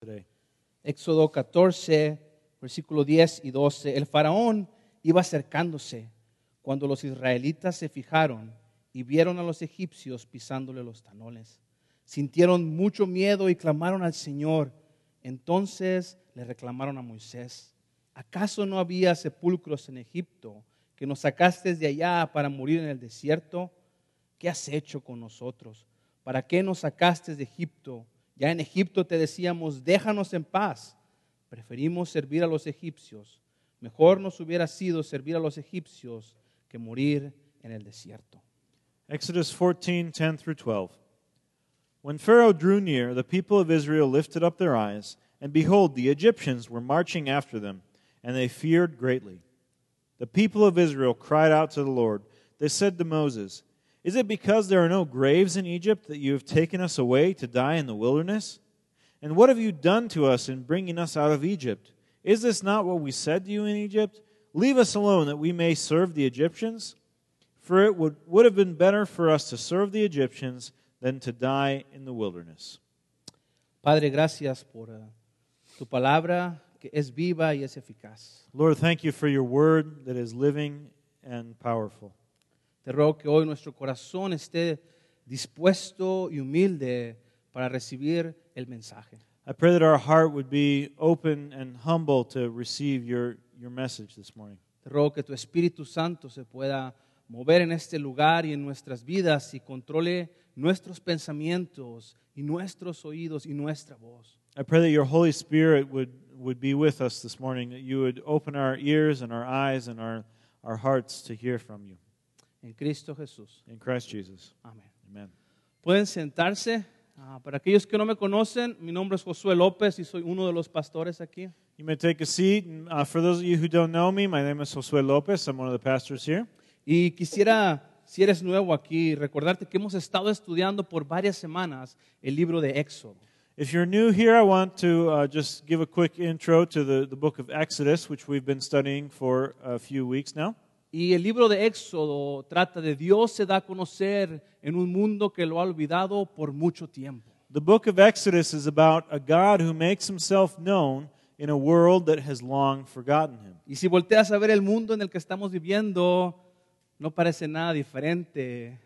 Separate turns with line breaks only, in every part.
today.
Éxodo 14, versículo 10 y 12. El faraón iba acercándose cuando los israelitas se fijaron y vieron a los egipcios pisándole los tanones. Sintieron mucho miedo y clamaron al Señor. Entonces le reclamaron a Moisés, ¿acaso no había sepulcros en Egipto que nos sacaste de allá para morir en el desierto? ¿Qué has hecho con nosotros? ¿Para qué nos sacaste de Egipto? Ya en Egipto te decíamos, déjanos en paz. Preferimos servir a los egipcios. Mejor nos hubiera sido servir a los egipcios que morir en el desierto.
Exodus 14, 10 through 12. When Pharaoh drew near, the people of Israel lifted up their eyes, and behold, the Egyptians were marching after them, and they feared greatly. The people of Israel cried out to the Lord. They said to Moses, Is it because there are no graves in Egypt that you have taken us away to die in the wilderness? And what have you done to us in bringing us out of Egypt? Is this not what we said to you in Egypt? Leave us alone that we may serve the Egyptians? For it would, would have been better for us to serve the Egyptians than to die in the wilderness.
Padre, gracias por eh, tu palabra que es viva y es eficaz.
Lord, thank you for your word that is living and powerful.
Te ruego que hoy nuestro corazón esté dispuesto y humilde para recibir el mensaje.
I pray that our heart would be open and humble to receive your, your message this morning.
Te ruego que tu Espíritu Santo se pueda mover en este lugar y en nuestras vidas y controle nuestros pensamientos y nuestros oídos y nuestra voz.
I pray that your Holy Spirit would, would be with us this morning, that you would open our ears and our eyes and our, our hearts to hear from you.
En Cristo Jesús.
In Christ Jesus.
Amén.
Amen.
Pueden sentarse. Ah, para aquellos que no me conocen, mi nombre es Josué López y soy uno de los pastores aquí.
You may take a seat. And, Uh, for those of you who don't know me, my name is Josue Lopez. I'm one of the pastors here.
Y quisiera, si eres nuevo aquí, recordarte que hemos estado estudiando por varias semanas el libro de Éxodo.
If you're new here, I want to uh, just give a quick intro to the, the book of Exodus, which we've been studying for a few weeks now.
Y el libro de Éxodo trata de Dios se da a conocer en un mundo que lo ha olvidado por mucho tiempo.
The book of Exodus is about a God who makes himself known in a world that has long forgotten him.
Y si volteas a ver el mundo en el que estamos viviendo, no parece nada diferente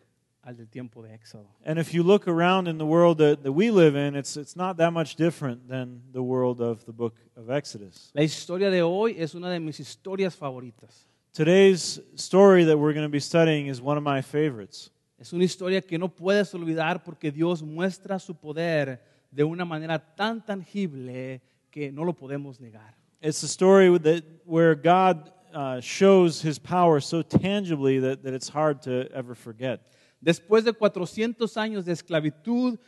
al del tiempo de Éxodo.
And if you look around in the world that, that we live in, it's, it's not that much different than the world of the book of Exodus.
La historia de hoy es una de mis historias favoritas.
Today's story that we're going to be studying is one of my favorites.
Es una historia que no puedes olvidar porque Dios muestra su poder de una manera tan tangible que no lo podemos negar.
It's a story with that, where God uh, shows his power so tangibly that, that it's hard to ever forget.
Después de 400 años de esclavitud,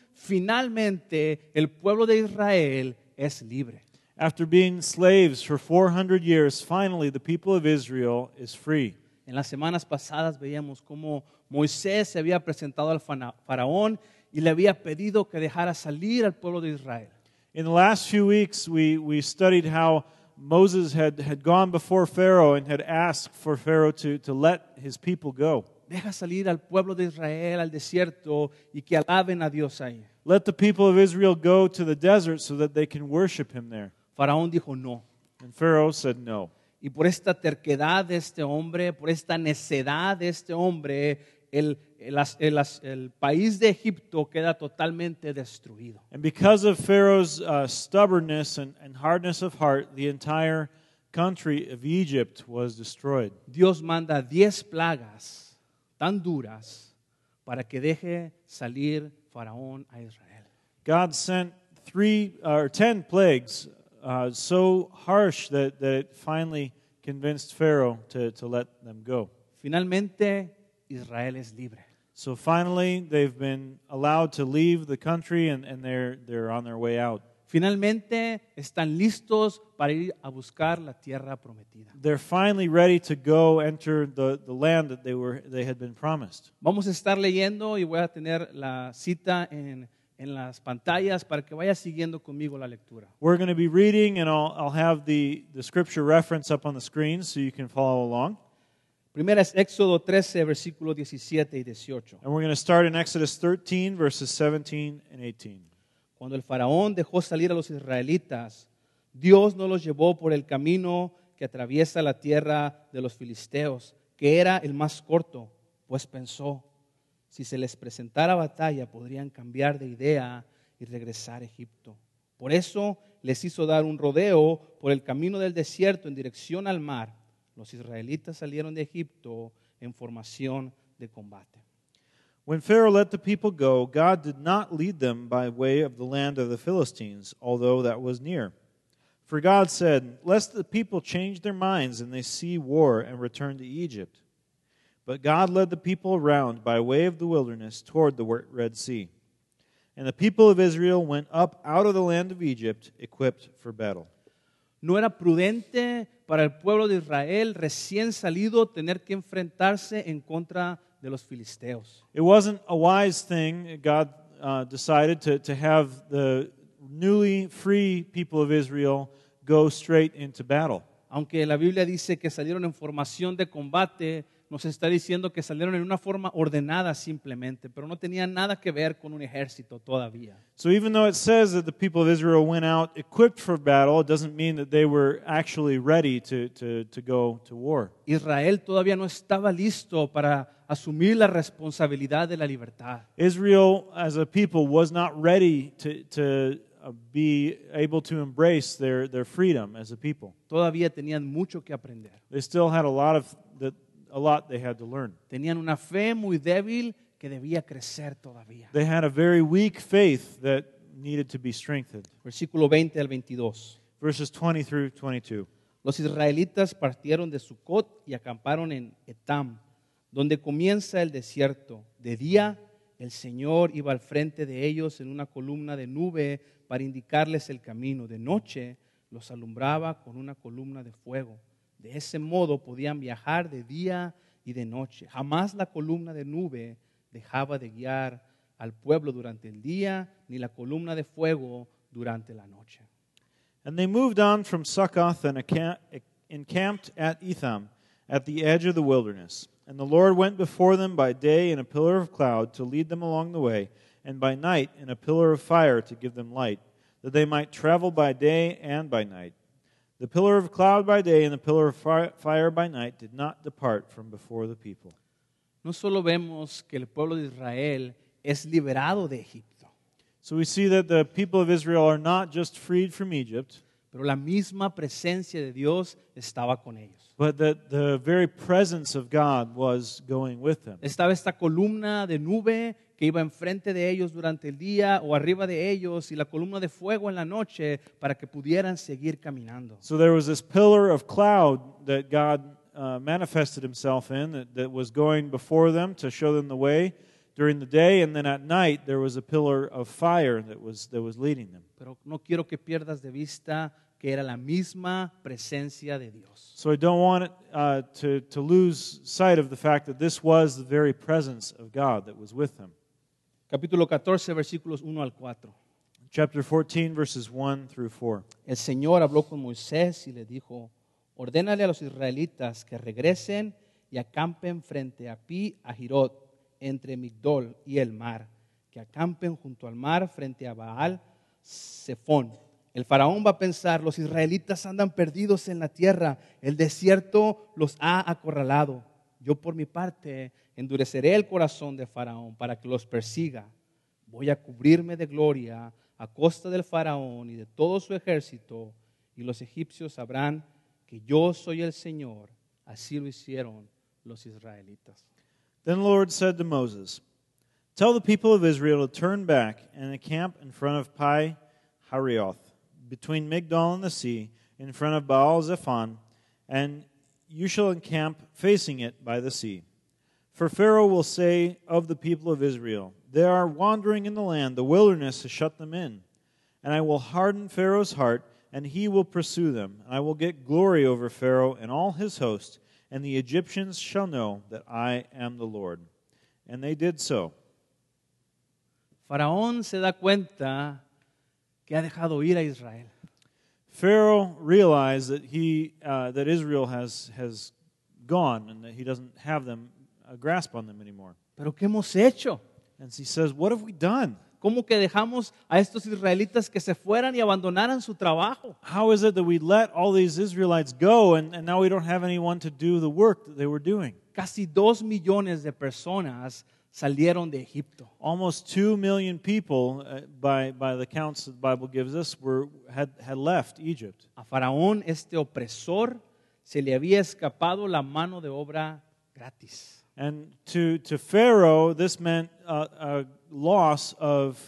finalmente el pueblo de Israel es libre.
After being slaves for 400 years, finally the people of Israel is free.
En las semanas pasadas veíamos cómo Moisés se había presentado al fana- faraón y le había pedido que dejara salir al pueblo de Israel.
In the last few weeks, we, we studied how Moses had, had gone before Pharaoh and had asked for Pharaoh to, to let his people go.
Deja salir al pueblo de Israel al desierto y que alaben a Dios ahí.
Let the people of Israel go to the desert so that they can worship him there.
Faraón dijo no.
And Pharaoh said no.
Y por esta terquedad de este hombre, por esta necedad de este hombre, el, el as- el as- el país de Egipto queda totalmente destruido.
And because of Pharaoh's uh, stubbornness and, and hardness of heart, the entire country of Egypt was destroyed.
Dios manda 10 plagas tan duras para que deje salir Faraón a Israel.
God sent three uh, or ten plagues uh, so harsh that, that it finally convinced Pharaoh to, to let them go.
Finalmente, Israel es libre.
So finally, they've been allowed to leave the country and, and they're, they're on their way out.
Finalmente están listos para ir a buscar la tierra prometida.
They're finally ready to go enter the, the land that they, were, they had been promised.
Vamos a estar leyendo y voy a tener la cita en, en las pantallas para que vayas siguiendo conmigo la lectura.
We're going to be reading, and I'll, I'll have the, the scripture reference up on the screen so you can follow along.
Primera es Éxodo 13, versículos 17 y 18.
And we're going to start in Exodus 13, verses 17 and 18.
Cuando el faraón dejó salir a los israelitas, Dios no los llevó por el camino que atraviesa la tierra de los filisteos, que era el más corto, pues pensó, si se les presentara batalla podrían cambiar de idea y regresar a Egipto. Por eso les hizo dar un rodeo por el camino del desierto en dirección al mar. Los israelitas salieron de Egipto en formación de combate.
When Pharaoh let the people go, God did not lead them by way of the land of the Philistines, although that was near. For God said, Lest the people change their minds and they see war and return to Egypt. But God led the people around by way of the wilderness toward the Red Sea. And the people of Israel went up out of the land of Egypt equipped for battle.
No era prudente para el pueblo de Israel recién salido tener que enfrentarse en contra de los filisteos.
It wasn't a wise thing. God uh, decided to, to have the newly free people of Israel go straight into battle.
Aunque la Biblia dice que salieron en formación de combate, nos está diciendo que salieron en una forma ordenada simplemente, pero no tenían nada que ver con un ejército todavía.
So even though it says that the people of Israel went out equipped for battle, it doesn't mean that they were actually ready to, to, to go to war.
Israel todavía no estaba listo para asumir la responsabilidad de la libertad.
Israel as a people was not ready to, to uh, be able to embrace their, their freedom as a people.
Todavía tenían mucho que aprender.
They still had a lot of that a lot they had to learn.
Tenían una fe muy débil que debía crecer todavía.
They had a very weak faith that needed to be strengthened.
Versículo 20 al 22.
Verses 20 through 22.
Los israelitas partieron de Sucot y acamparon en Etam, donde comienza el desierto. De día, el Señor iba al frente de ellos en una columna de nube para indicarles el camino. De noche, los alumbraba con una columna de fuego. De ese modo podían viajar de día y de noche. Jamás la columna de nube dejaba de guiar al pueblo durante el día, ni la columna de fuego durante la noche.
And they moved on from Succoth and acca- encamped at Etham, at the edge of the wilderness. And the Lord went before them by day in a pillar of cloud to lead them along the way, and by night in a pillar of fire to give them light, that they might travel by day and by night. The pillar of cloud by day and the pillar of fi- fire by night did not depart from before the people.
No solo vemos que el pueblo de Israel es liberado de Egipto,
So we see that the people of Israel are not just freed from Egypt,
pero la misma presencia de Dios estaba con ellos.
but that the very presence of God was going with them.
Estaba esta columna de nube que iba enfrente de ellos durante el día o arriba de ellos y la columna de fuego en la noche para que pudieran seguir caminando.
So there was this pillar of cloud that God uh, manifested himself in that, that was going before them to show them the way during the day, and then at night there was a pillar of fire that was, that was leading them.
Pero no quiero que pierdas de vista que era la misma presencia de Dios.
So I don't want it, uh, to, to lose sight of the fact that this was the very presence of God that was with them.
Capítulo 14, versículos 1 al 4.
Chapter 14, verses 1 through 4.
El Señor habló con Moisés y le dijo, ordénale a los israelitas que regresen y acampen frente a Pi, a Jirot, entre Migdol y el mar, que acampen junto al mar frente a Baal, Sefón. El faraón va a pensar, los israelitas andan perdidos en la tierra, el desierto los ha acorralado. Yo por mi parte endureceré el corazón de faraón para que los persiga voy a cubrirme de gloria a costa del faraón y de todo su ejército, y los egipcios sabrán que yo soy el Señor. Así lo hicieron los israelitas.
Then the Lord said to Moses, Tell the people of Israel to turn back and encamp in front of Pi Hareoth, between Migdol and the sea, in front of Baal Zephon, and you shall encamp facing it by the sea. For Pharaoh will say of the people of Israel, They are wandering in the land, the wilderness has shut them in. And I will harden Pharaoh's heart, and he will pursue them. And I will get glory over Pharaoh and all his host, and the Egyptians shall know that I am the Lord. And they did so.
Faraón se da cuenta que ha dejado ir a Israel.
Pharaoh realized that he uh, that Israel has has gone and that he doesn't have them a grasp on them anymore.
Pero ¿qué hemos hecho?
And he says, "What have we done?
¿Cómo que dejamos a estos israelitas que se fueran y abandonaran su trabajo?
How is it that we let all these Israelites go and, and now we don't have anyone to do the work that they were doing?
Casi dos millones de personas salieron de Egipto.
Almost 2 million people, uh, by, by the counts that the Bible gives us, were, had, had left Egypt.
A Faraón, este opresor, se le había escapado la mano de obra gratis.
And to, to Pharaoh, this meant uh, a loss of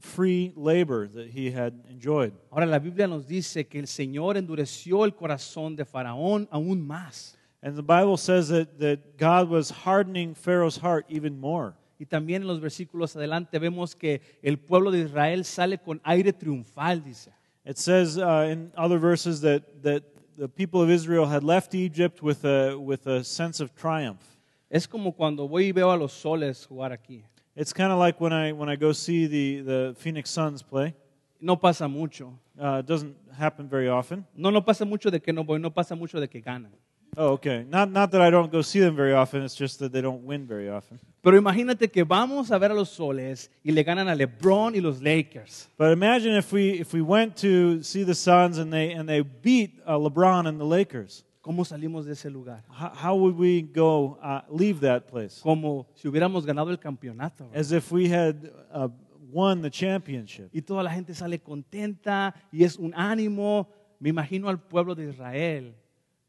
free labor that he had enjoyed.
Ahora la Biblia nos dice que el Señor endureció el corazón de Faraón aún más.
And the Bible says that, that God was hardening Pharaoh's heart even more.
Y también en los versículos adelante vemos que el pueblo de Israel sale con aire triunfal, dice.
It says uh, in other verses that, that the people of Israel had left Egypt with a, with a sense of triumph.
Es como cuando voy y veo a los soles jugar aquí.
It's kind of like when I, when I go see the, the Phoenix Suns play.
No pasa mucho.
Uh, it doesn't happen very often.
No, no pasa mucho de que no voy, no pasa mucho de que ganan.
Oh, okay. Not, not that I don't go see them very often, it's just that they don't win very often.
Pero imagínate que vamos a ver a los soles y le ganan a LeBron y los Lakers.
But imagine if we, if we went to see the Suns and they, and they beat uh, LeBron and the Lakers.
¿Cómo salimos de ese lugar?
How, how would we go uh, leave that place?
Como si hubiéramos ganado el campeonato. ¿verdad?
As if we had uh, won the championship.
Y toda la gente sale contenta y es un ánimo. Me imagino al pueblo de Israel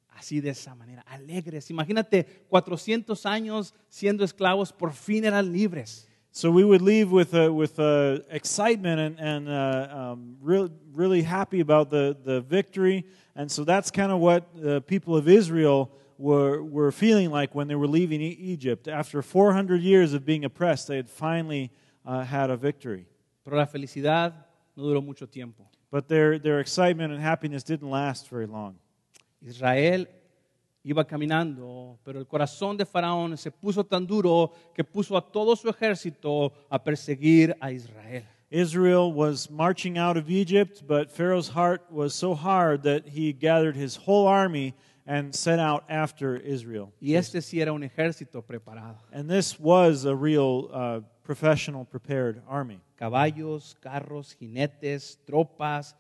así de esa manera, alegres. Imagínate 400 años siendo esclavos, por fin eran libres.
So we would leave with, uh, with uh, excitement and, and uh, um, real, really happy about the, the victory. And so that's kind of what the people of Israel were, were feeling like when they were leaving e- Egypt. After 400 years of being oppressed, they had finally uh, had a victory.
Pero la felicidad no duró mucho tiempo.
But their, their excitement and happiness didn't last very long.
Israel iba caminando, pero el corazón de Faraón se puso tan duro que puso a todo su ejército a perseguir a Israel.
Israel was marching out of Egypt, but Pharaoh's heart was so hard that he gathered his whole army and set out after Israel.
Y este sí era un ejército preparado.
And this was a real uh, professional, prepared army.
Caballos, carros, jinetes, tropas,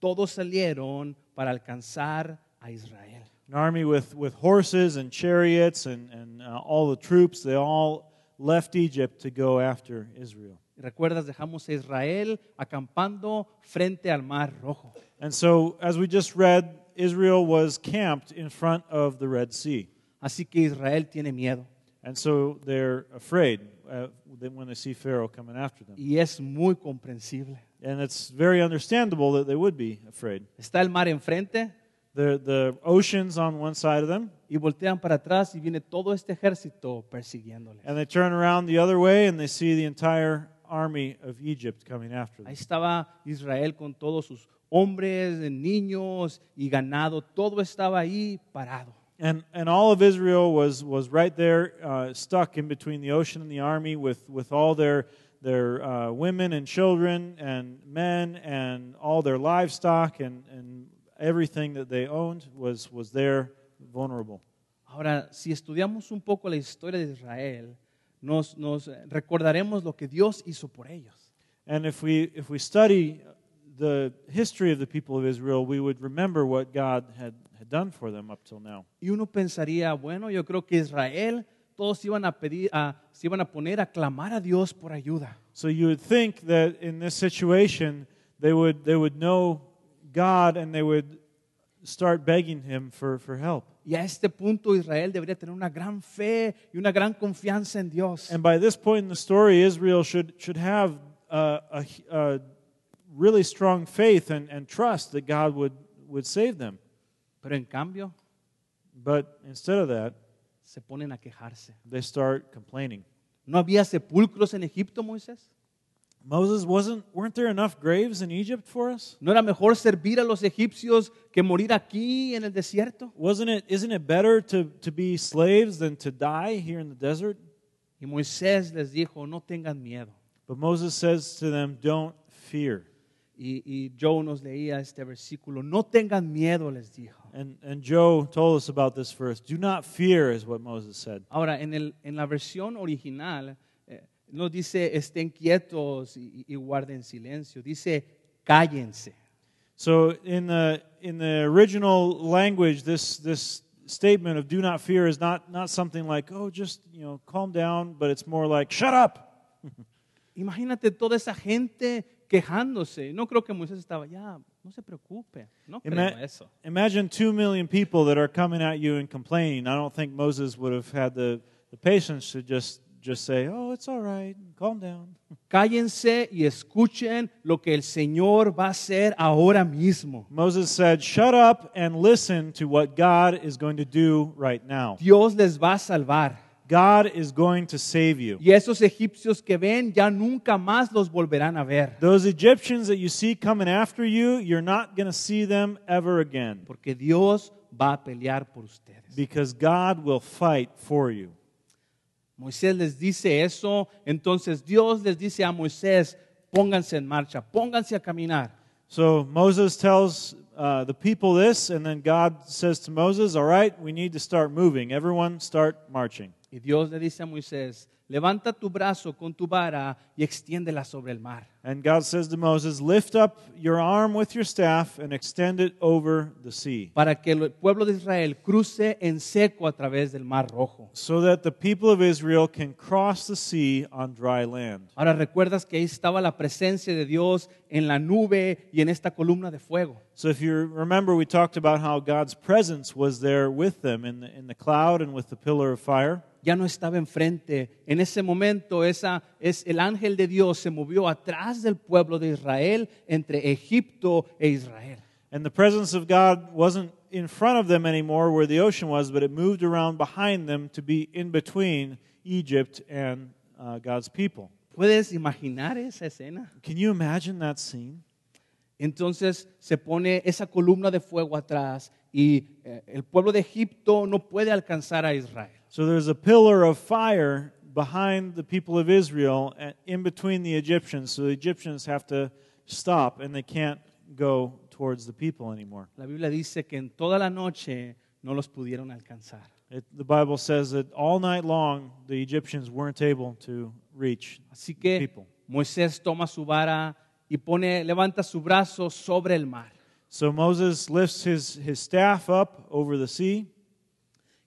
todos salieron para alcanzar a Israel.
An army with, with horses and chariots and, and uh, all the troops, they all left Egypt to go after Israel.
Y Recuerdas, dejamos a Israel acampando frente al Mar Rojo.
And so, as we just read, Israel was camped in front of the Red Sea.
Así que Israel tiene miedo
And so they're afraid uh, that when they see Pharaoh coming after them.
y es muy comprensible.
And it's very understandable that they would be afraid.
Está el mar enfrente
The, the ocean's on one side of them,
y voltean para atrás y viene todo este ejército persiguiéndole.
and they turn around the other way and they see the entire army of Egypt coming after
Ahí
them.
estaba Israel con todos sus hombres, niños y ganado, todo estaba ahí parado.
And, and all of Israel was, was right there, uh, stuck in between the ocean and the army with, with all their, their uh, women and children and men and all their livestock and, and everything that they owned was, was there vulnerable.
Ahora, si estudiamos un poco la historia de Israel, nos, nos recordaremos lo que Dios hizo por ellos.
And if we, if we study the history of the people of Israel, we would remember what God had, had done for them up till now.
Y uno pensaría, bueno, yo creo que Israel, todos se iban a pedir, a- se iban a poner a clamar a Dios por ayuda.
So you would think that in this situation, they would, they would know God and they would start begging Him for, for help.
Y a este punto Israel debería tener una gran fe y una gran confianza en Dios.
And by this point in the story, Israel should, should have uh, a, a really strong faith and, and trust that God would, would save them.
Pero en cambio,
But instead of that,
se ponen a quejarse.
they start complaining.
¿No había sepulcros en Egipto, Moisés?
Moses, wasn't, weren't there enough graves in Egypt for us?
¿No era mejor servir a los egipcios que morir aquí en el desierto?
Wasn't it, isn't it better to, to be slaves than to die here in the desert?
Y Moisés les dijo, no tengan miedo.
But Moses says to them, Don't fear.
Y, y Joe nos leía este versículo, no tengan miedo, les dijo.
And, and Joe told us about this verse. Do not fear, is what Moses said.
Ahora, en, el- en la versión original, eh, no dice estén quietos y, y guarden silencio, dice cállense.
So in the in the original language, this this statement of "do not fear" is not not something like "oh, just you know, calm down," but it's more like "shut up."
Imagínate toda esa gente quejándose. No creo que Moisés estaba ya, no se preocupe, no creo
Ima-
eso.
Imagine two million people that are coming at you and complaining. I don't think Moses would have had the, the patience to just just say, "Oh, it's all right, calm down."
Cállense y escuchen lo que el Señor va a hacer ahora mismo.
Moses said, "Shut up and listen to what God is going to do right now.
Dios les va a salvar.
God is going to save you."
Y esos egipcios que ven ya nunca más los volverán a ver.
Those Egyptians that you see coming after you, you're not going to see them ever again
Porque Dios va a pelear por ustedes.
because God will fight for you.
Moisés les dice eso, entonces Dios les dice a Moisés, pónganse en marcha, pónganse a caminar.
So Moses tells uh, the people this, and then God says to Moses, All right, we need to start moving. Everyone start marching.
Y Dios le dice a Moisés, levanta tu brazo con tu vara y extiéndela sobre el mar.
And God says to Moses, Lift up your arm with your staff and extend it over the sea,
para que el pueblo de Israel cruce en seco a través del Mar Rojo.
so that the people of Israel can cross the sea on dry land.
Ahora recuerdas que ahí estaba la presencia de Dios en la nube y en esta columna de fuego.
So if you remember, we talked about how God's presence was there with them in the, in the cloud and with the pillar of fire.
Ya no estaba enfrente. En ese momento esa, es, el ángel de Dios se movió atrás del pueblo de Israel entre Egipto e Israel.
And the presence of God wasn't in front of them anymore where the ocean was, but it moved around behind them to be in between Egypt and uh, God's people.
¿Puedes imaginar esa escena?
Can you imagine that scene?
Entonces se pone esa columna de fuego atrás y eh, el pueblo de Egipto no puede alcanzar a Israel.
So there's a pillar of fire behind the people of Israel and in between the Egyptians. So the Egyptians have to stop and they can't go towards the people anymore.
La Biblia dice que en toda la noche no los pudieron alcanzar.
It, the Bible says that all night long the Egyptians weren't able to reach
Así
the
que
people.
Moisés toma su vara y pone, levanta su brazo sobre el mar.
So Moses lifts his, his staff up over the sea,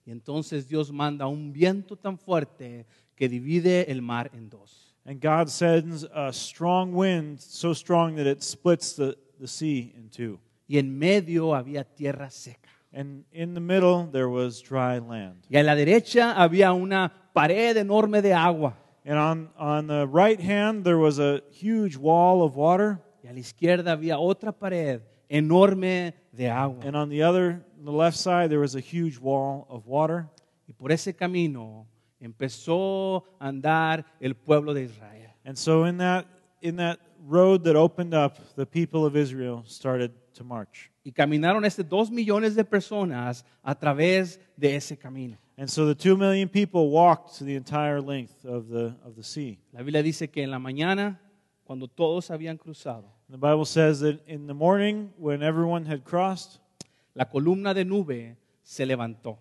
Y entonces Dios manda un viento tan fuerte que divide el mar en dos.
and God sends a strong wind, so strong that it splits the, the sea in two.
Y en medio había tierra seca.
And in the middle, there was dry land.
Y a la derecha había una pared enorme de agua.
And on, on the right hand, there was a huge wall of water,
Y a la izquierda había otra pared enorme de agua.
and on the other, the left side, there was a huge wall of water.
Y por ese camino empezó a andar el pueblo de Israel.
And so in that, in that road that opened up, the people of Israel started to march.
Y caminaron este dos millones de personas a través de ese camino.
And so the two million people walked the entire length of the, of the sea.
La Biblia dice que en la mañana, cuando todos habían cruzado,
And the Bible says that in the morning, when everyone had crossed,
la columna de nube se levantó.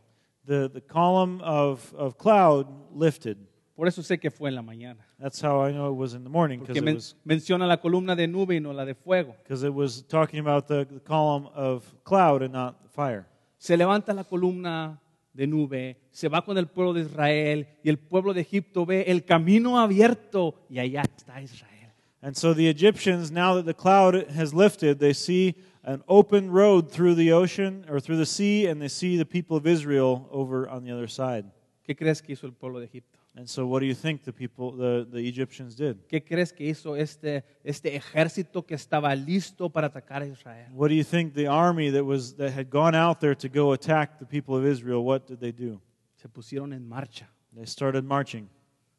the, the column of, of cloud lifted.
Por eso sé que fue en la mañana.
That's how I know it was in the morning, because
Porque
it,
men-
was,
menciona la columna de nube y no la de fuego.
'cause it was talking about the, the column of cloud and not fire.
Se levanta la columna de nube, se va con el pueblo de Israel y el pueblo de Egipto ve el camino abierto y allá está Israel.
And so the Egyptians, now that the cloud has lifted, they see an open road through the ocean or through the sea, and they see the people of Israel over on the other side.
¿Qué crees que hizo el pueblo de Egipto?
And so, what do you think the people, the, the Egyptians did?
¿Qué crees que hizo este, este ejército que estaba listo para atacar a Israel?
What do you think the army that was that had gone out there to go attack the people of Israel? What did they do?
Se pusieron en marcha.
They started marching.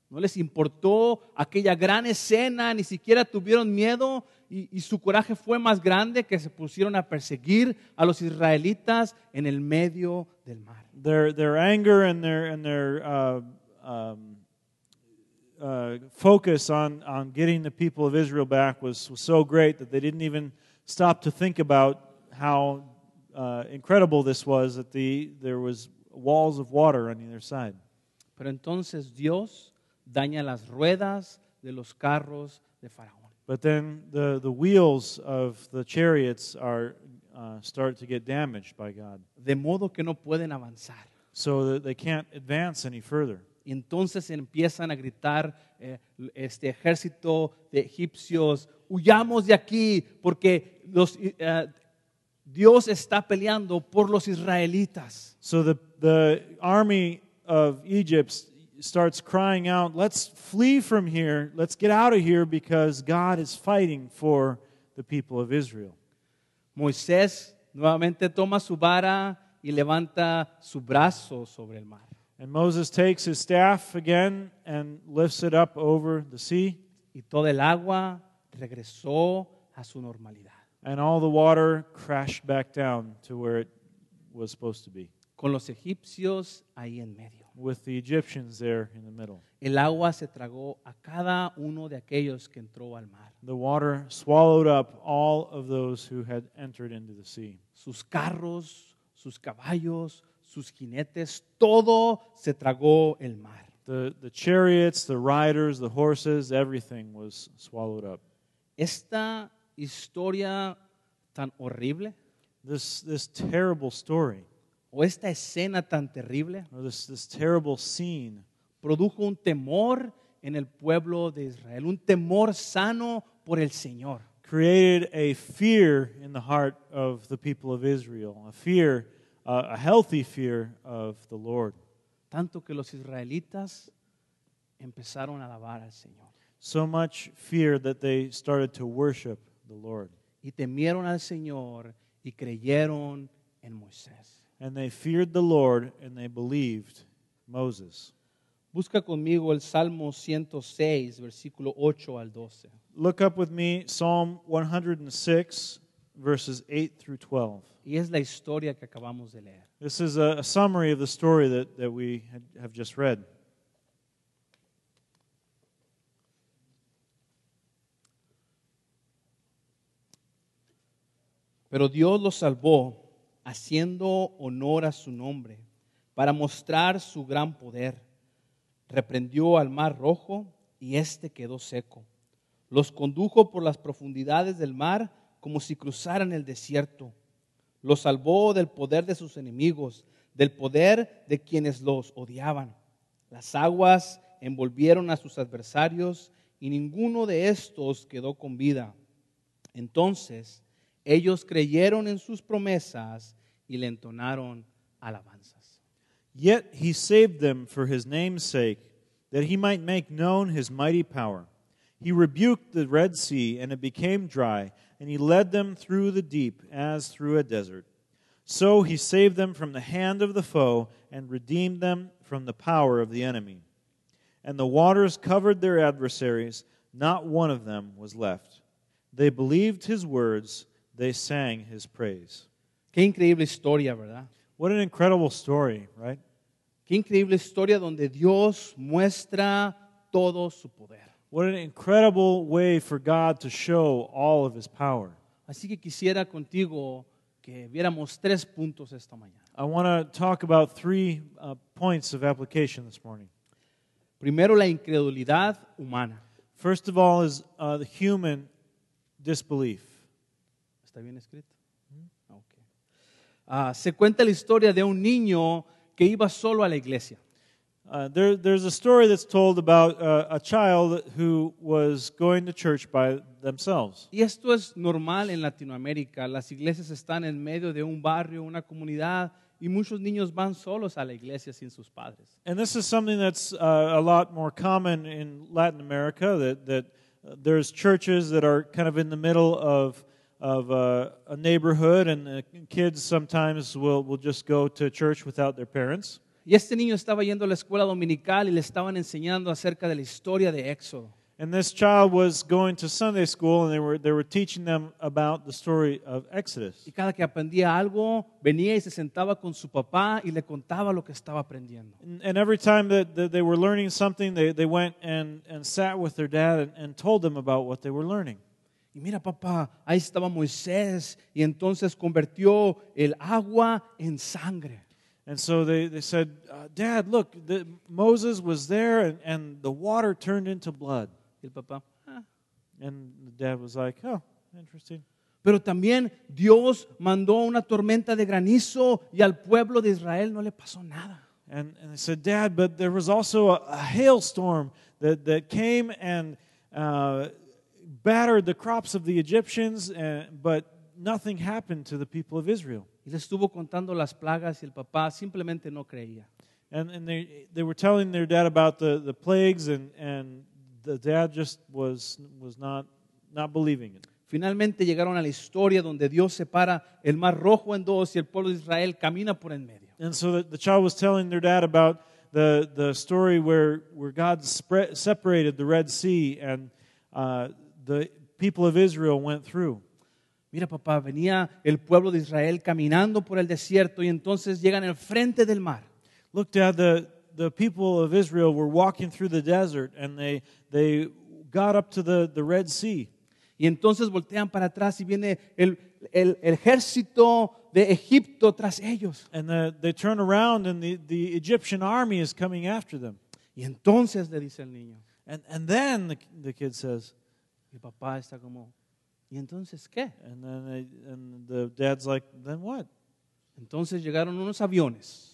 No les importó aquella gran escena, ni siquiera tuvieron miedo y, y su coraje fue más grande que se pusieron a perseguir a los israelitas en el medio del mar.
Their their anger and their and their uh, um, uh, focus on on getting the people of Israel back was, was so great that they didn't even stop to think about how uh, incredible this was that the there was walls of water on either side.
Pero entonces Dios daña las ruedas de los carros de Faraón.
But then the, the wheels of the chariots are, uh, start to get damaged by God,
De modo que no pueden avanzar.
so that they can't advance any further.
Y entonces empiezan a gritar eh, este ejército de egipcios, huyamos de aquí porque los, eh, Dios está peleando por los israelitas.
So the, the army of Egypt s- starts crying out, Let's flee from here. Let's get out of here because God is fighting for the people of Israel.
Moisés nuevamente toma su vara y levanta su brazo sobre el mar.
And Moses takes his staff again and lifts it up over the sea,
Y toda el agua regresó a su normalidad.
and all the water crashed back down to where it was supposed to be,
Con los egipcios ahí en medio.
with the Egyptians there in the middle.
El agua se tragó a cada uno de aquellos que entró al mar.
The water swallowed up all of those who had entered into the sea.
sus carros, sus caballos, sus jinetes, todo se tragó el mar.
The, the chariots, the riders, the horses, everything was swallowed up.
Esta historia tan horrible
This, this terrible story,
o esta escena tan terrible
or this, this terrible scene,
produjo un temor en el pueblo de Israel, un temor sano por el Señor.
created a fear in the heart of the people of Israel, a fear, uh, a healthy fear of the Lord.
Tanto que los israelitas empezaron a alabar al Señor
So much fear that they started to worship the Lord.
y temieron al Señor y creyeron en Moisés.
And they feared the Lord and they believed Moses.
Busca conmigo el Salmo 106, versículo 8 al 12.
Look up with me Psalm 106, verses 8 through 12.
Y es la historia que acabamos de leer.
This is a, a summary of the story that, that we had, have just read.
Pero Dios los salvó haciendo honor a su nombre para mostrar su gran poder. Reprendió al mar rojo y éste quedó seco. Los condujo por las profundidades del mar como si cruzaran el desierto. Los salvó del poder de sus enemigos, del poder de quienes los odiaban. Las aguas envolvieron a sus adversarios y ninguno de estos quedó con vida. Entonces ellos creyeron en sus promesas y le entonaron alabanzas.
Yet he saved them for his name's sake, that he might make known his mighty power. He rebuked the Red Sea, and it became dry, and he led them through the deep as through a desert. So he saved them from the hand of the foe, and redeemed them from the power of the enemy. And the waters covered their adversaries, not one of them was left. They believed his words, they sang his praise.
Qué increíble historia, ¿verdad?
What an incredible story, right?
Qué increíble historia donde Dios muestra todo su poder.
What an incredible way for God to show all of his power.
Así que quisiera contigo que viéramos tres puntos esta mañana.
I want to talk about three uh, points of application this morning.
Primero, la incredulidad humana.
First of all, is uh, the human disbelief.
¿Está bien escrito? Ah, ok. Ah, se cuenta la historia de un niño que iba solo a la iglesia.
Uh, there, there's a story that's told about uh, a child who was going to church by themselves.
Y esto es normal en Latinoamérica. Las iglesias están en medio de un barrio, una comunidad, y muchos niños van solos a la iglesia sin sus padres.
And this is something that's uh, a lot more common in Latin America that, that uh, there's churches that are kind of in the middle of, of uh, a neighborhood, and uh, kids sometimes will, will just go to church without their parents.
Y este niño estaba yendo a la escuela dominical y le estaban enseñando acerca de la historia de Éxodo.
And this child was going to Sunday school, and they were, they were teaching them about the story of Exodus.
Y cada que aprendía algo, venía y se sentaba con su papá y le contaba lo que estaba aprendiendo.
And, and every time that, that they were learning something, they, they went and, and sat with their dad and, and told them about what they were learning.
Y mira, papá, ahí estaba Moisés y entonces convirtió el agua en sangre.
And so they, they said, uh, Dad, look, the, Moses was there and, and the water turned into blood.
Y el papá, "Ah".
And the dad was like, Oh, interesting.
Pero también Dios mandó una tormenta de granizo y al pueblo de Israel no le pasó nada.
And, and they said, Dad, but there was also a, a hailstorm that, that came and uh, battered the crops of the Egyptians, and, but nothing happened to the people of Israel.
Y le estuvo contando las plagas y el papá simplemente no creía.
And, and they, they were telling their dad about the, the plagues, and, and the dad just was, was not, not believing it.
Finalmente llegaron a la historia donde Dios separa el mar rojo en dos y el pueblo de Israel camina por en medio.
And so the, the child was telling their dad about the, the story where, where God spread, separated the Red Sea and uh, the people of Israel went through.
Mira papá, venía el pueblo de Israel caminando por el desierto y entonces llegan al frente del mar.
Look, Dad, the, the people of Israel were walking through the desert and they, they got up to the, the Red Sea.
Y entonces voltean para atrás y viene el, el- el ejército de Egipto tras ellos.
And the, they turn around and the, the Egyptian army is coming after them.
Y entonces le dice el niño,
And, and then the, the kid says,
y el papá está como, ¿y entonces qué?
and then they, and the dad's like, then what?
Entonces llegaron unos aviones.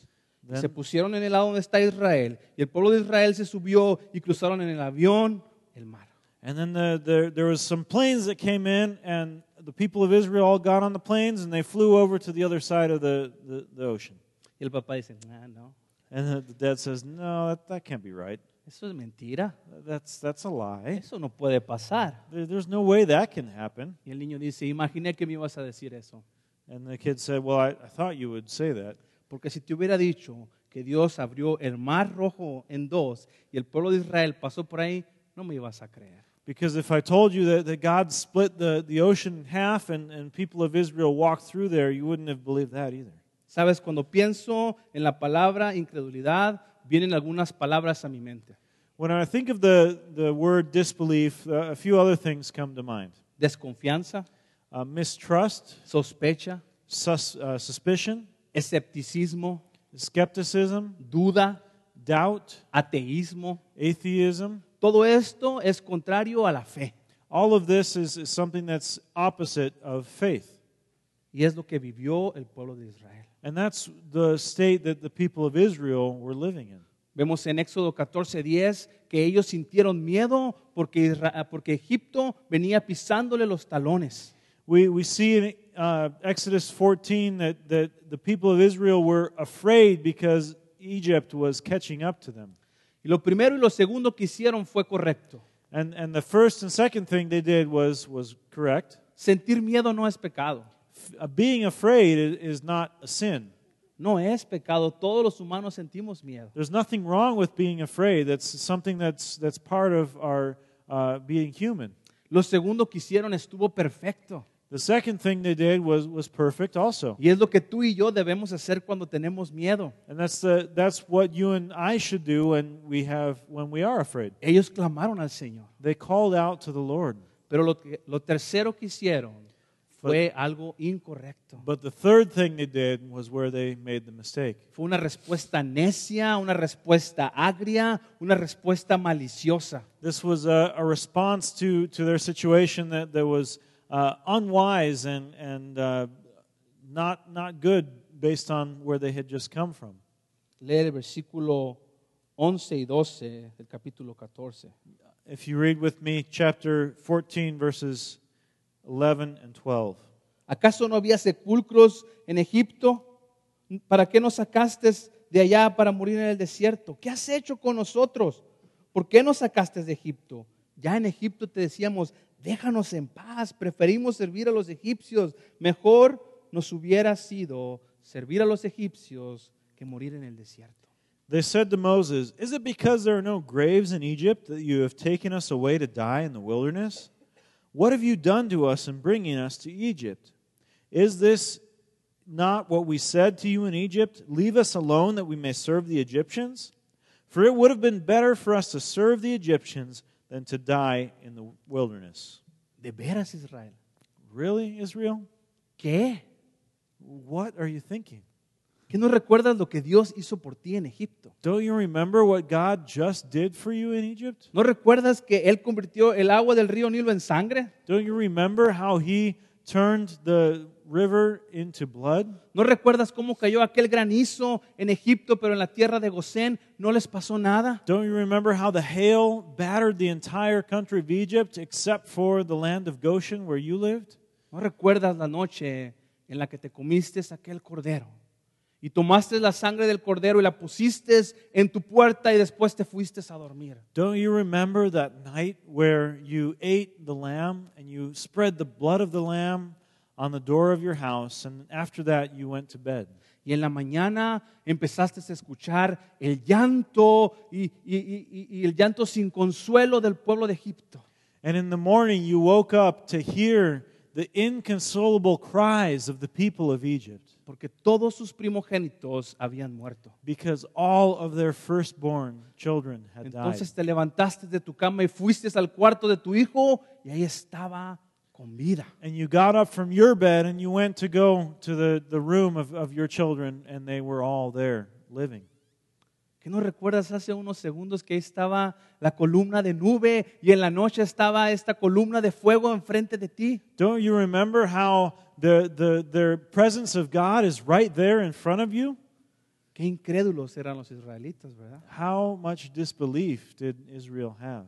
y
Then-
se pusieron en el lado donde está Israel. Y el pueblo de Israel se subió y cruzaron en el avión el mar.
And then the, the, there was some planes that came in, and the people of Israel all got on the planes and they flew over to the other side of the, the, the ocean.
Y el papá dice, "Nah, no,
And the, the dad says, "No, that, that can't be right.
eso es mentira.
That's that's a lie.
Eso no puede pasar.
There, there's no way that can happen."
Y el niño dice, imaginé que me ibas a decir eso.
And the kid said, "Well, I, I thought you would say that
Porque si te hubiera dicho que Dios abrió el mar rojo en dos y el pueblo de Israel pasó por ahí, no me ibas a creer.
because if I told you that, that God split the, the ocean in half and and people of Israel walked through there, you wouldn't have believed that either."
Sabes, cuando pienso en la palabra incredulidad, vienen algunas palabras a mi mente.
When I think of the the word disbelief, uh, a few other things come to mind:
Desconfianza,
uh, mistrust.
sospecha,
sus, uh, suspicion,
escepticismo,
skepticism,
duda,
doubt,
ateísmo.
atheism.
Todo esto es contrario a la fe
All of this is, is something that's opposite of faith.
y es lo que vivió el pueblo de Israel.
And that's the state that the people of Israel were living in.
Vemos en Éxodo 14:10 que ellos sintieron miedo porque, Isra- porque Egipto venía pisándole los talones.
We, we see in uh, Exodus 14 that, that the people of Israel were afraid because Egypt was catching up to them.
Y lo primero y lo segundo que hicieron fue correcto.
And, and the first and second thing they did was, was correct.
Sentir miedo no es pecado.
F- uh, being afraid i- is not a sin.
No es pecado. Todos los humanos sentimos miedo.
There's nothing wrong with being afraid. That's something that's that's part of our uh, being human.
Lo segundo que hicieron estuvo perfecto.
The second thing they did was was perfect also,
Y es lo que tú y yo debemos hacer cuando tenemos miedo.
and that's the that's what you and I should do when we have when we are afraid.
Ellos clamaron al Señor.
They called out to the Lord,
Pero lo, que- lo tercero que hicieron fue algo incorrecto.
but the third thing they did was where they made the mistake.
Fue una respuesta necia, una respuesta agria, una respuesta maliciosa.
This was a, a response to to their situation that that was uh, unwise and and uh, not not good based on where they had just come from.
Leer el versículo 11 y 12 del capítulo 14.
If you read with me, chapter 14, verses 11 and 12.
¿Acaso no había sepulcros en Egipto? ¿Para qué nos sacaste de allá para morir en el desierto? ¿Qué has hecho con nosotros? ¿Por qué nos sacaste de Egipto? Ya en Egipto te decíamos, déjanos en paz, preferimos servir a los egipcios. Mejor nos hubiera sido servir a los egipcios que morir en el desierto.
They said to Moses, Is it because there are no graves in Egypt that you have taken us away to die in the wilderness? What have you done to us in bringing us to Egypt? Is this not what we said to you in Egypt? Leave us alone that we may serve the Egyptians? For it would have been better for us to serve the Egyptians than to die in the wilderness.
De veras, Israel.
Really, Israel?
¿Qué?
What are you thinking?
¿Qué no recuerdas lo que Dios hizo por ti en Egipto?
Don't you remember what God just did for you in Egypt?
¿No recuerdas que Él convirtió el agua del río Nilo en sangre?
Don't you remember how He turned the river into blood?
¿No recuerdas cómo cayó aquel granizo en Egipto, pero en la tierra de Gosén no les pasó nada?
Don't you remember how the hail battered the entire country of Egypt except for the land of Goshen where you lived?
¿No recuerdas la noche en la que te comiste aquel cordero? Y tomaste la sangre del cordero y la pusiste en tu puerta y después te fuiste a dormir.
Don't you remember that night where you ate the lamb and you spread the blood of the lamb on the door of your house, and after that you went to bed?
Y en la mañana empezaste a escuchar el llanto y, y- y- y- y el llanto sin consuelo del pueblo de Egipto.
And in the morning you woke up to hear the inconsolable cries of the people of Egypt
Porque todos sus primogénitos habían muerto.
because all of their firstborn children had died.
Entonces te levantaste de tu cama y fuiste al cuarto de tu hijo y ahí estaba con vida.
And you got up from your bed and you went to go to the, the room of, of your children, and they were all there living.
¿Qué no recuerdas hace unos segundos que ahí estaba la columna de nube y en la noche estaba esta columna de fuego enfrente de ti?
Don't you remember how the, the, the presence of God is right there in front of you?
Qué incrédulos eran los israelitas, ¿verdad?
How much disbelief did Israel have?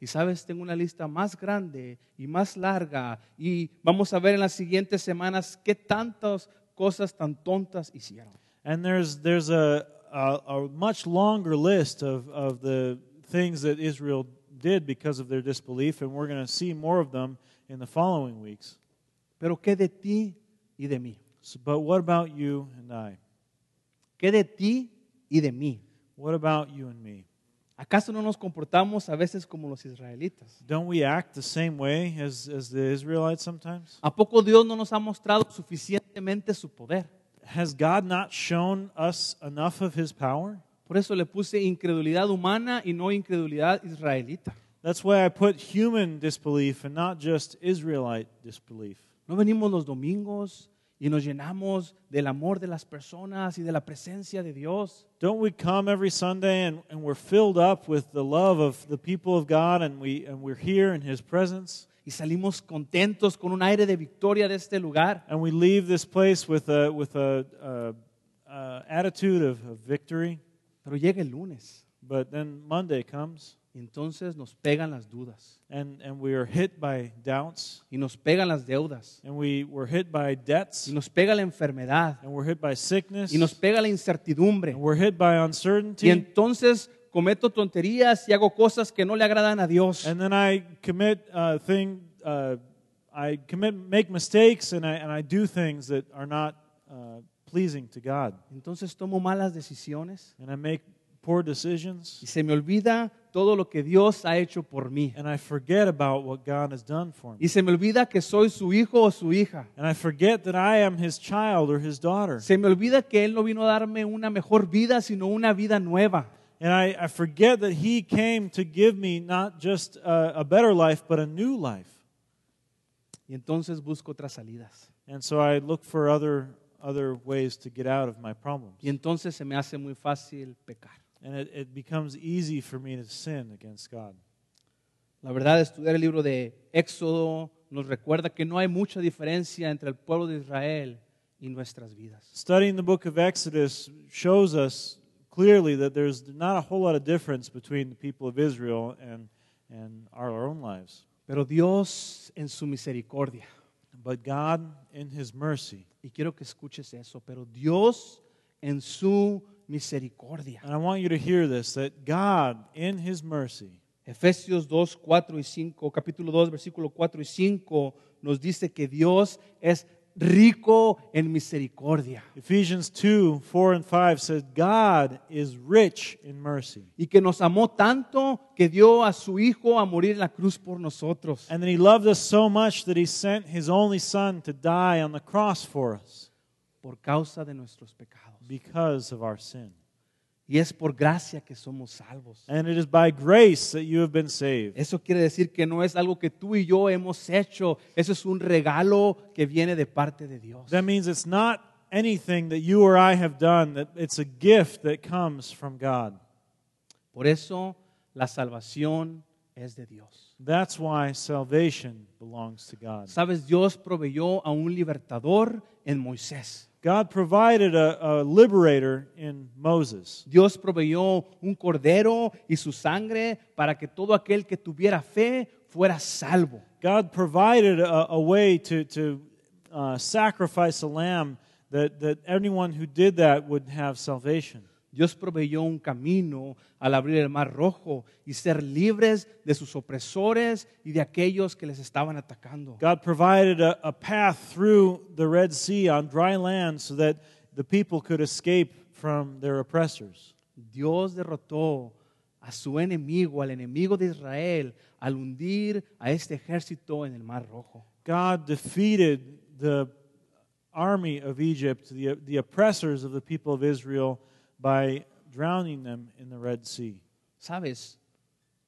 Y sabes, tengo una lista más grande y más larga y vamos a ver en las siguientes semanas qué tantas cosas tan tontas hicieron.
And there's, there's a, a, a much longer list of, of the things that Israel did because of their disbelief, and we're going to see more of them in the following weeks.
Pero qué de ti y de mí.
So, but what about you and I?
¿Qué de ti y de mí?
What about you and me?
¿Acaso no nos comportamos a veces como los israelitas?
Don't we act the same way as, as the Israelites sometimes?
¿A poco Dios no nos ha mostrado suficientemente su poder?
Has God not shown us enough of his power?
Por eso le puse incredulidad humana y no incredulidad israelita.
That's why I put human disbelief and not just Israelite disbelief.
No venimos los domingos y nos llenamos del amor de las personas y de la presencia de Dios.
Don't we come every Sunday and, and we're filled up with the love of the people of God and, we, and we're here in his presence?
y salimos contentos con un aire de victoria de este lugar.
And we leave this place with a, with a, a, a attitude of, of victory.
Pero llega el lunes
But then Monday comes
y entonces nos pegan las dudas
and, and we are hit by doubts
y nos pegan las deudas
and we were hit by debts
y nos pega la enfermedad
and we're hit by sickness,
y nos pega la incertidumbre.
and we're hit by uncertainty,
Y entonces cometo tonterías y hago cosas que no le agradan a Dios.
and then I commit uh, thing, uh, I commit make mistakes, and I and I do things that are not uh, pleasing to God,
Entonces tomo malas decisiones
and I make poor
y
decisions,
se me olvida todo lo que Dios ha hecho por mí.
and I forget about what God has done for me,
Y se me olvida que soy su hijo o su hija.
and I forget that I am His child or His daughter,
Se me olvida que Él no vino a darme una mejor vida, sino una vida nueva.
and I, I forget that He came to give me not just a, a better life, but a new life,
Y entonces busco otras salidas.
and so I look for other other ways to get out of my problems.
Y entonces se me hace muy fácil pecar.
and it, it becomes easy for me to sin against God.
La verdad, estudiar el libro de Éxodo nos recuerda que no hay mucha diferencia entre el pueblo de Israel y nuestras vidas.
Studying the book of Exodus shows us clearly that there's not a whole lot of difference between the people of Israel and, and our own lives.
Pero Dios en su misericordia,
But God, in His mercy,
y quiero que escuches eso, pero Dios en su misericordia.
and I want you to hear this that God, in His mercy,
Efesios 2, 4 y 5, capítulo 2, versículo 4 y 5, nos dice que Dios es rico en misericordia.
Ephesians 2 4 and 5 says, God is rich in mercy.
y que nos amó tanto que dio a su Hijo a morir en la cruz por nosotros.
And that He loved us so much that He sent His only Son to die on the cross for us
por causa de nuestros pecados.
because of our sin.
Y es por gracia que somos salvos.
And it is by grace that you have been saved.
Eso quiere decir que no es algo que tú y yo hemos hecho, eso es un regalo que viene de parte de Dios.
That means it's not anything that you or I have done, that it's a gift that comes from God.
Por eso la salvación es de Dios.
That's why salvation belongs to God.
Sabes, Dios proveyó a un libertador en Moisés.
God provided a, a liberator in Moses.
Dios proveyó un cordero y su sangre para que todo aquel que tuviera fe fuera salvo.
God provided a, a way to, to uh, sacrifice a lamb that, that anyone who did that would have salvation.
Dios proveyó un camino al abrir el mar rojo y ser libres de sus opresores y de aquellos que les estaban atacando.
God provided a, a path through the Red Sea on dry land so that the people could escape from their oppressors.
Dios derrotó a su enemigo, al enemigo de Israel, al hundir a este ejército en el mar rojo.
God defeated the army of Egypt, the, the oppressors of the people of Israel, by drowning them in the Red Sea.
Sabes,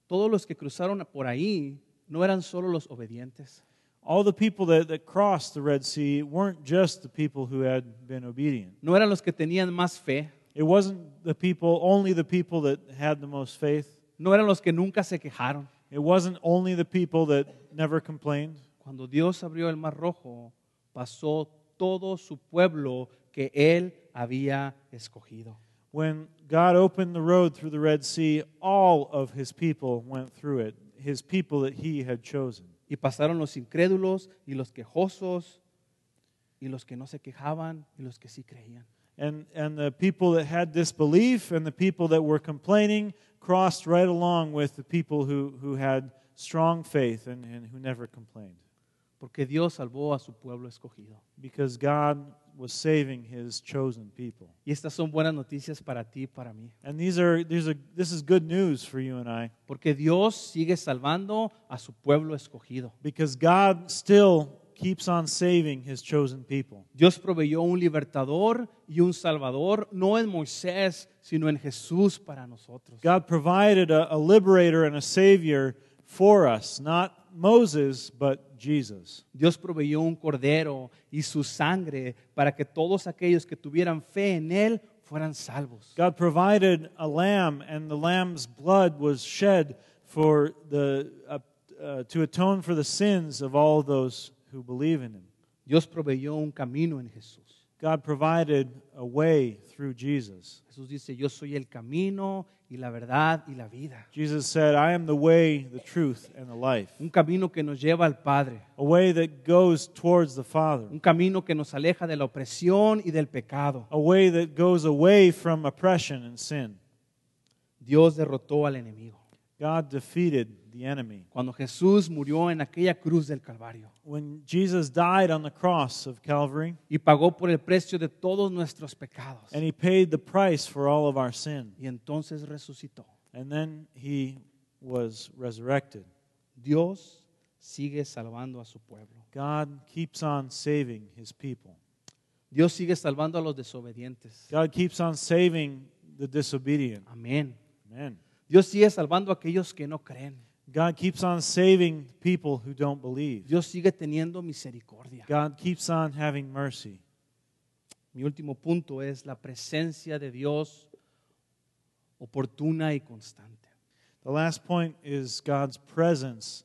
todos los que cruzaron por ahí no eran solo los obedientes.
All the people that, that crossed the Red Sea weren't just the people who had been obedient.
no eran los que tenían más fe,
It wasn't the people, only the people that had the most faith.
no eran los que nunca se quejaron.
It wasn't only the people that never complained.
Cuando Dios abrió el mar rojo, pasó todo su pueblo que él había escogido.
When God opened the road through the Red Sea, all of his people went through it, his people that he had chosen.
Y pasaron los incrédulos y los quejosos y los que no se quejaban y los que sí creían.
And, and the people that had disbelief and the people that were complaining crossed right along with the people who, who had strong faith and, and who never complained.
Porque Dios salvó a su pueblo escogido.
Because God was saving his chosen people.
Y estas son buenas noticias para ti y para mí.
And these are, these are, this is good news for you and I.
Porque Dios sigue salvando a su pueblo escogido.
Because God still keeps on saving his chosen people.
Dios proveyó un libertador y un salvador, no en Moisés, sino en Jesús para nosotros.
God provided a, a liberator and a savior for us, not Moses, but Jesus.
Dios proveyó un cordero y su sangre para que todos aquellos que tuvieran fe en él fueran salvos.
God provided a lamb, and the lamb's blood was shed for the, uh, uh, to atone for the sins of all those who believe in him.
Dios proveyó un camino en Jesús.
God provided a way through Jesus.
Jesús dice, yo soy el camino y la verdad y la vida.
Jesus said, I am the way, the truth, and the life.
Un camino que nos lleva al Padre,
A way that goes towards the Father.
un camino que nos aleja de la opresión y del pecado.
A way that goes away from oppression and sin.
Dios derrotó al enemigo.
God defeated the enemy.
Cuando Jesús murió en aquella cruz del Calvario
When Jesus died on the cross of Calvary,
y pagó por el precio de todos nuestros pecados,
and he paid the price for all of our sin,
y entonces resucitó.
and then he was resurrected.
Dios sigue salvando a su pueblo.
God keeps on saving his people.
Dios sigue salvando a los desobedientes.
God keeps on saving the disobedient.
Amén.
Amen.
Dios sigue salvando a aquellos que no creen.
God keeps on saving people who don't believe.
Dios sigue teniendo misericordia.
God keeps on having mercy.
Mi último punto es la presencia de Dios oportuna y constante.
The last point is God's presence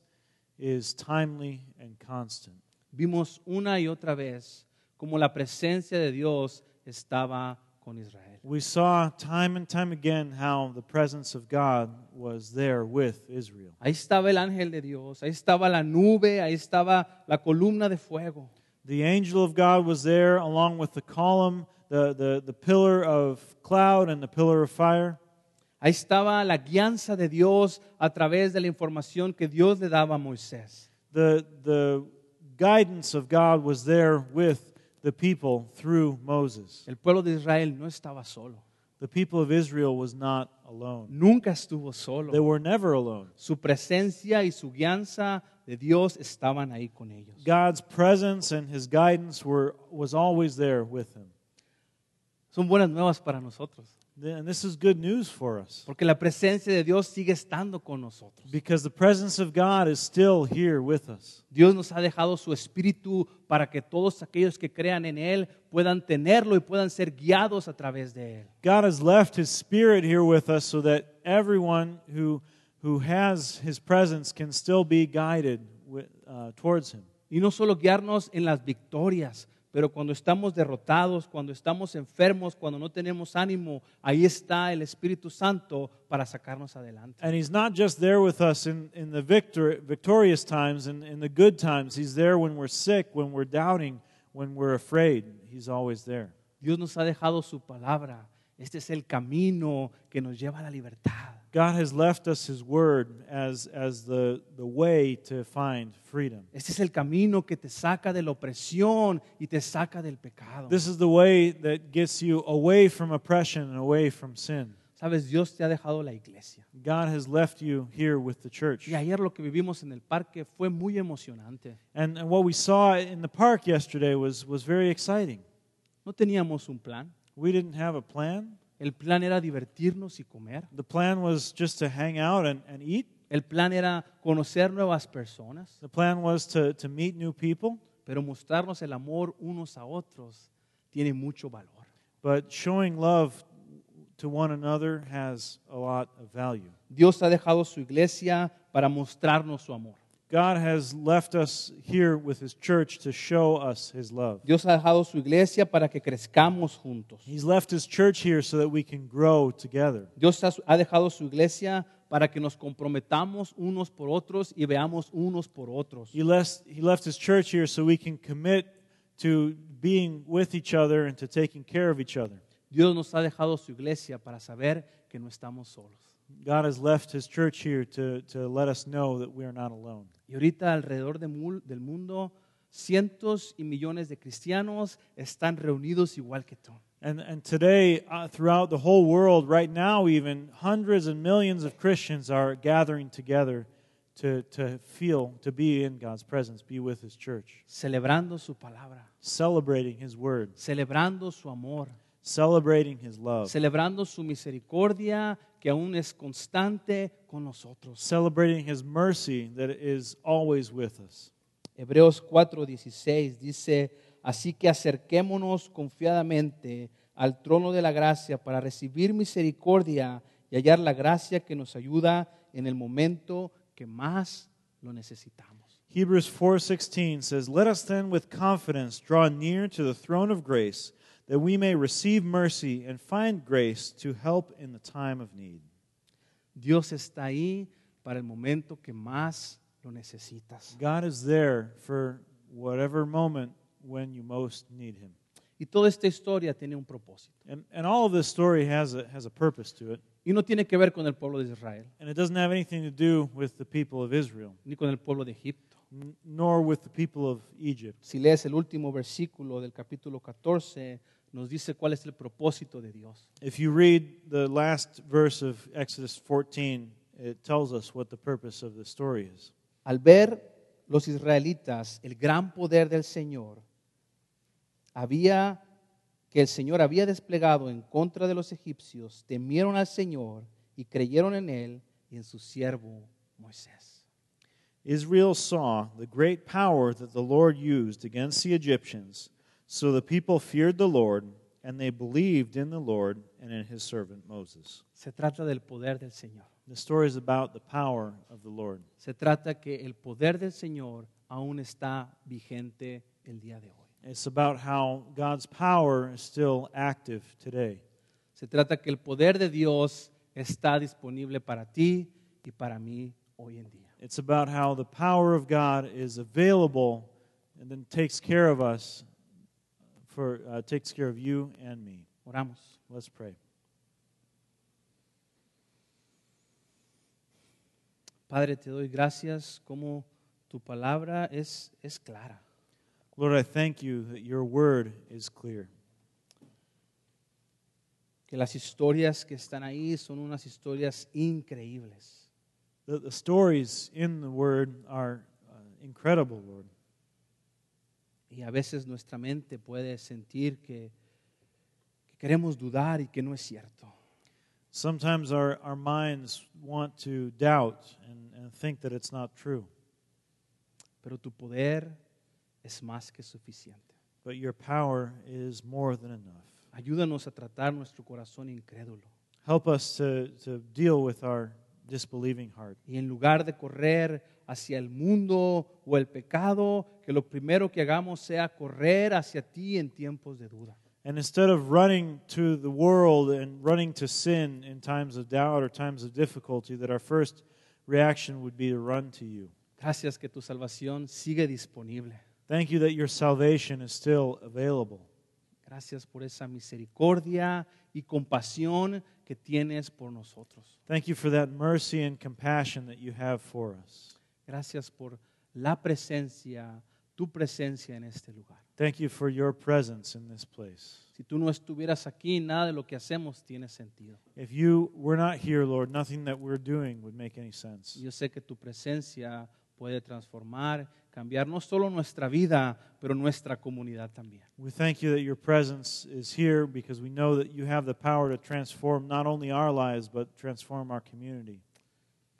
is timely and constant.
Vimos una y otra vez cómo la presencia de Dios estaba con Israel.
We saw time and time again how the presence of God was there with Israel.
Ahí estaba el ángel de Dios, ahí estaba la nube, ahí estaba la columna de fuego.
The angel of God was there along with the column, the, the, the pillar of cloud, and the pillar of fire.
Ahí estaba la guianza de Dios a través de la información que Dios le daba a Moisés.
The, the guidance of God was there with the people through Moses.
El pueblo de Israel no estaba solo,
The people of Israel was not alone,
nunca estuvo
they
solo.
were never alone.
Su presencia y su guianza de Dios estaban ahí con ellos.
God's presence and his guidance were, was always there with him.
Son buenas nuevas para nosotros,
And this is good news for us
porque la presencia de Dios sigue estando con nosotros.
because the presence of God is still here with us.
Dios nos ha dejado su espíritu para que todos aquellos que crean en Él puedan tenerlo y puedan ser guiados a través de Él.
God has left his spirit here with us so that everyone who, who has his presence can still be guided wi- uh, towards him.
Y no solo guiarnos en las victorias, pero cuando estamos derrotados, cuando estamos enfermos, cuando no tenemos ánimo, ahí está el Espíritu Santo para sacarnos adelante.
And he's not just there with us in, in the victor, victorious times and in, the good times. He's there when we're sick, when we're doubting, when we're afraid. He's always there.
Dios nos ha dejado su palabra. Este es el camino que nos lleva a la libertad.
God has left us his word as, as the, the way to find freedom.
Este es el camino que te saca de la opresión y te saca del pecado.
This is the way that gets you away from oppression and away from sin.
Sabes, Dios te ha dejado la iglesia.
God has left you here with the church.
Y ayer lo que vivimos en el parque fue muy emocionante.
And, and what we saw in the park yesterday was, was very exciting.
No teníamos un plan.
We didn't have a plan.
El plan era divertirnos y comer.
The plan was just to hang out and, and eat.
El plan era conocer nuevas personas,
The plan was to, to meet new people,
pero mostrarnos el amor unos a otros tiene mucho valor.
but showing love to one another has a lot of value.
Dios ha dejado su iglesia para mostrarnos su amor.
God has left us here with His church to show us His love.
Dios ha dejado su iglesia para que crezcamos juntos.
He's left His church here so that we can grow together.
Dios ha- ha dejado su iglesia para que nos comprometamos unos por otros y veamos unos por otros.
He left, he left His church here so we can commit to being with each other and to taking care of each other.
Dios nos ha dejado su iglesia para saber que no estamos solos.
God has left His church here to, to let us know that we are not alone.
Y ahorita alrededor de mul- del mundo, cientos y millones de cristianos están reunidos igual que tú.
And, and today, uh, throughout the whole world, right now, even hundreds and millions of Christians are gathering together to, to feel, to be in God's presence, be with His church,
celebrando su palabra,
celebrating His word,
celebrando su amor,
celebrating His love,
celebrando su misericordia que aún es constante con nosotros.
celebrating His mercy that is always with us.
Hebreos 4:16 dice, así que acerquémonos confiadamente al trono de la gracia para recibir misericordia y hallar la gracia que nos ayuda en el momento que más lo necesitamos.
Hebrews 4:16 says, "Let us then with confidence draw near to the throne of grace, that we may receive mercy and find grace to help in the time of need."
Dios está ahí para el momento que más lo necesitas.
God is there for whatever moment when you most need him.
Y toda esta historia tiene un propósito.
And and all of this story has a has a purpose to it,
Y no tiene que ver con el pueblo de Israel,
and it doesn't have anything to do with the people of Israel,
ni con el pueblo de Egipto.
n- nor with the people of Egypt.
Si lees el último versículo del capítulo 14, nos dice cuál es el propósito de Dios.
If you read the last verse of Exodus 14, it tells us what the purpose of the story is.
Al ver los israelitas el gran poder del Señor, había que el Señor había desplegado en contra de los egipcios, temieron al Señor y creyeron en él y en su siervo Moisés.
Israel saw the great power that the Lord used against the Egyptians, so the people feared the Lord, and they believed in the Lord and in his servant Moses.
Se trata del poder del Señor.
The story is about the power of the Lord.
Se trata que el poder del Señor aún está vigente el día de hoy.
It's about how God's power is still active today.
Se trata que el poder de Dios está disponible para ti y para mí hoy en día.
It's about how the power of God is available and then takes care of us for uh, takes care of you and me.
Oramos.
Let's pray.
Padre, te doy gracias como tu palabra es, es clara.
Lord, I thank you that your word is clear.
Que las historias que están ahí son unas historias increíbles.
The, the stories in the Word are uh, incredible, Lord.
Y a veces nuestra mente puede sentir que, que Queremos dudar y que no es cierto.
Sometimes our, our minds want to doubt and, and think that it's not true,
Pero tu poder es más que suficiente.
but your power is more than enough.
Ayúdanos a tratar nuestro corazón incrédulo.
Help us to, to deal with our disbelieving heart.
Y en lugar de correr hacia el mundo o el pecado, que lo primero que hagamos sea correr hacia ti en tiempos de duda.
And instead of running to the world and running to sin in times of doubt or times of difficulty, that our first reaction would be to run to you.
Gracias que tu salvación sigue disponible.
Thank you that your salvation is still available.
Gracias por esa misericordia y compasión que tienes por nosotros.
Thank you for that mercy and compassion that you have for us.
Gracias por la presencia, tu presencia en este lugar.
Thank you for your presence in this place.
Si tú no estuvieras aquí, nada de lo que hacemos tiene sentido.
If you were not here, Lord, nothing that we're doing would make any sense.
Yo sé que tu presencia puede transformar, cambiar no solo nuestra vida, pero nuestra comunidad también.
We thank you that your presence is here because we know that you have the power to transform not only our lives, but transform our community.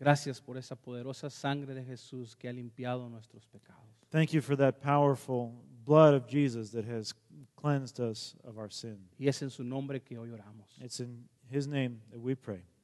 Gracias por esa poderosa sangre de Jesús que ha limpiado nuestros pecados.
Thank you for that powerful blood of Jesus that has cleansed us of our sin.
Y es en su nombre que hoy oramos.
It's in his name that we pray.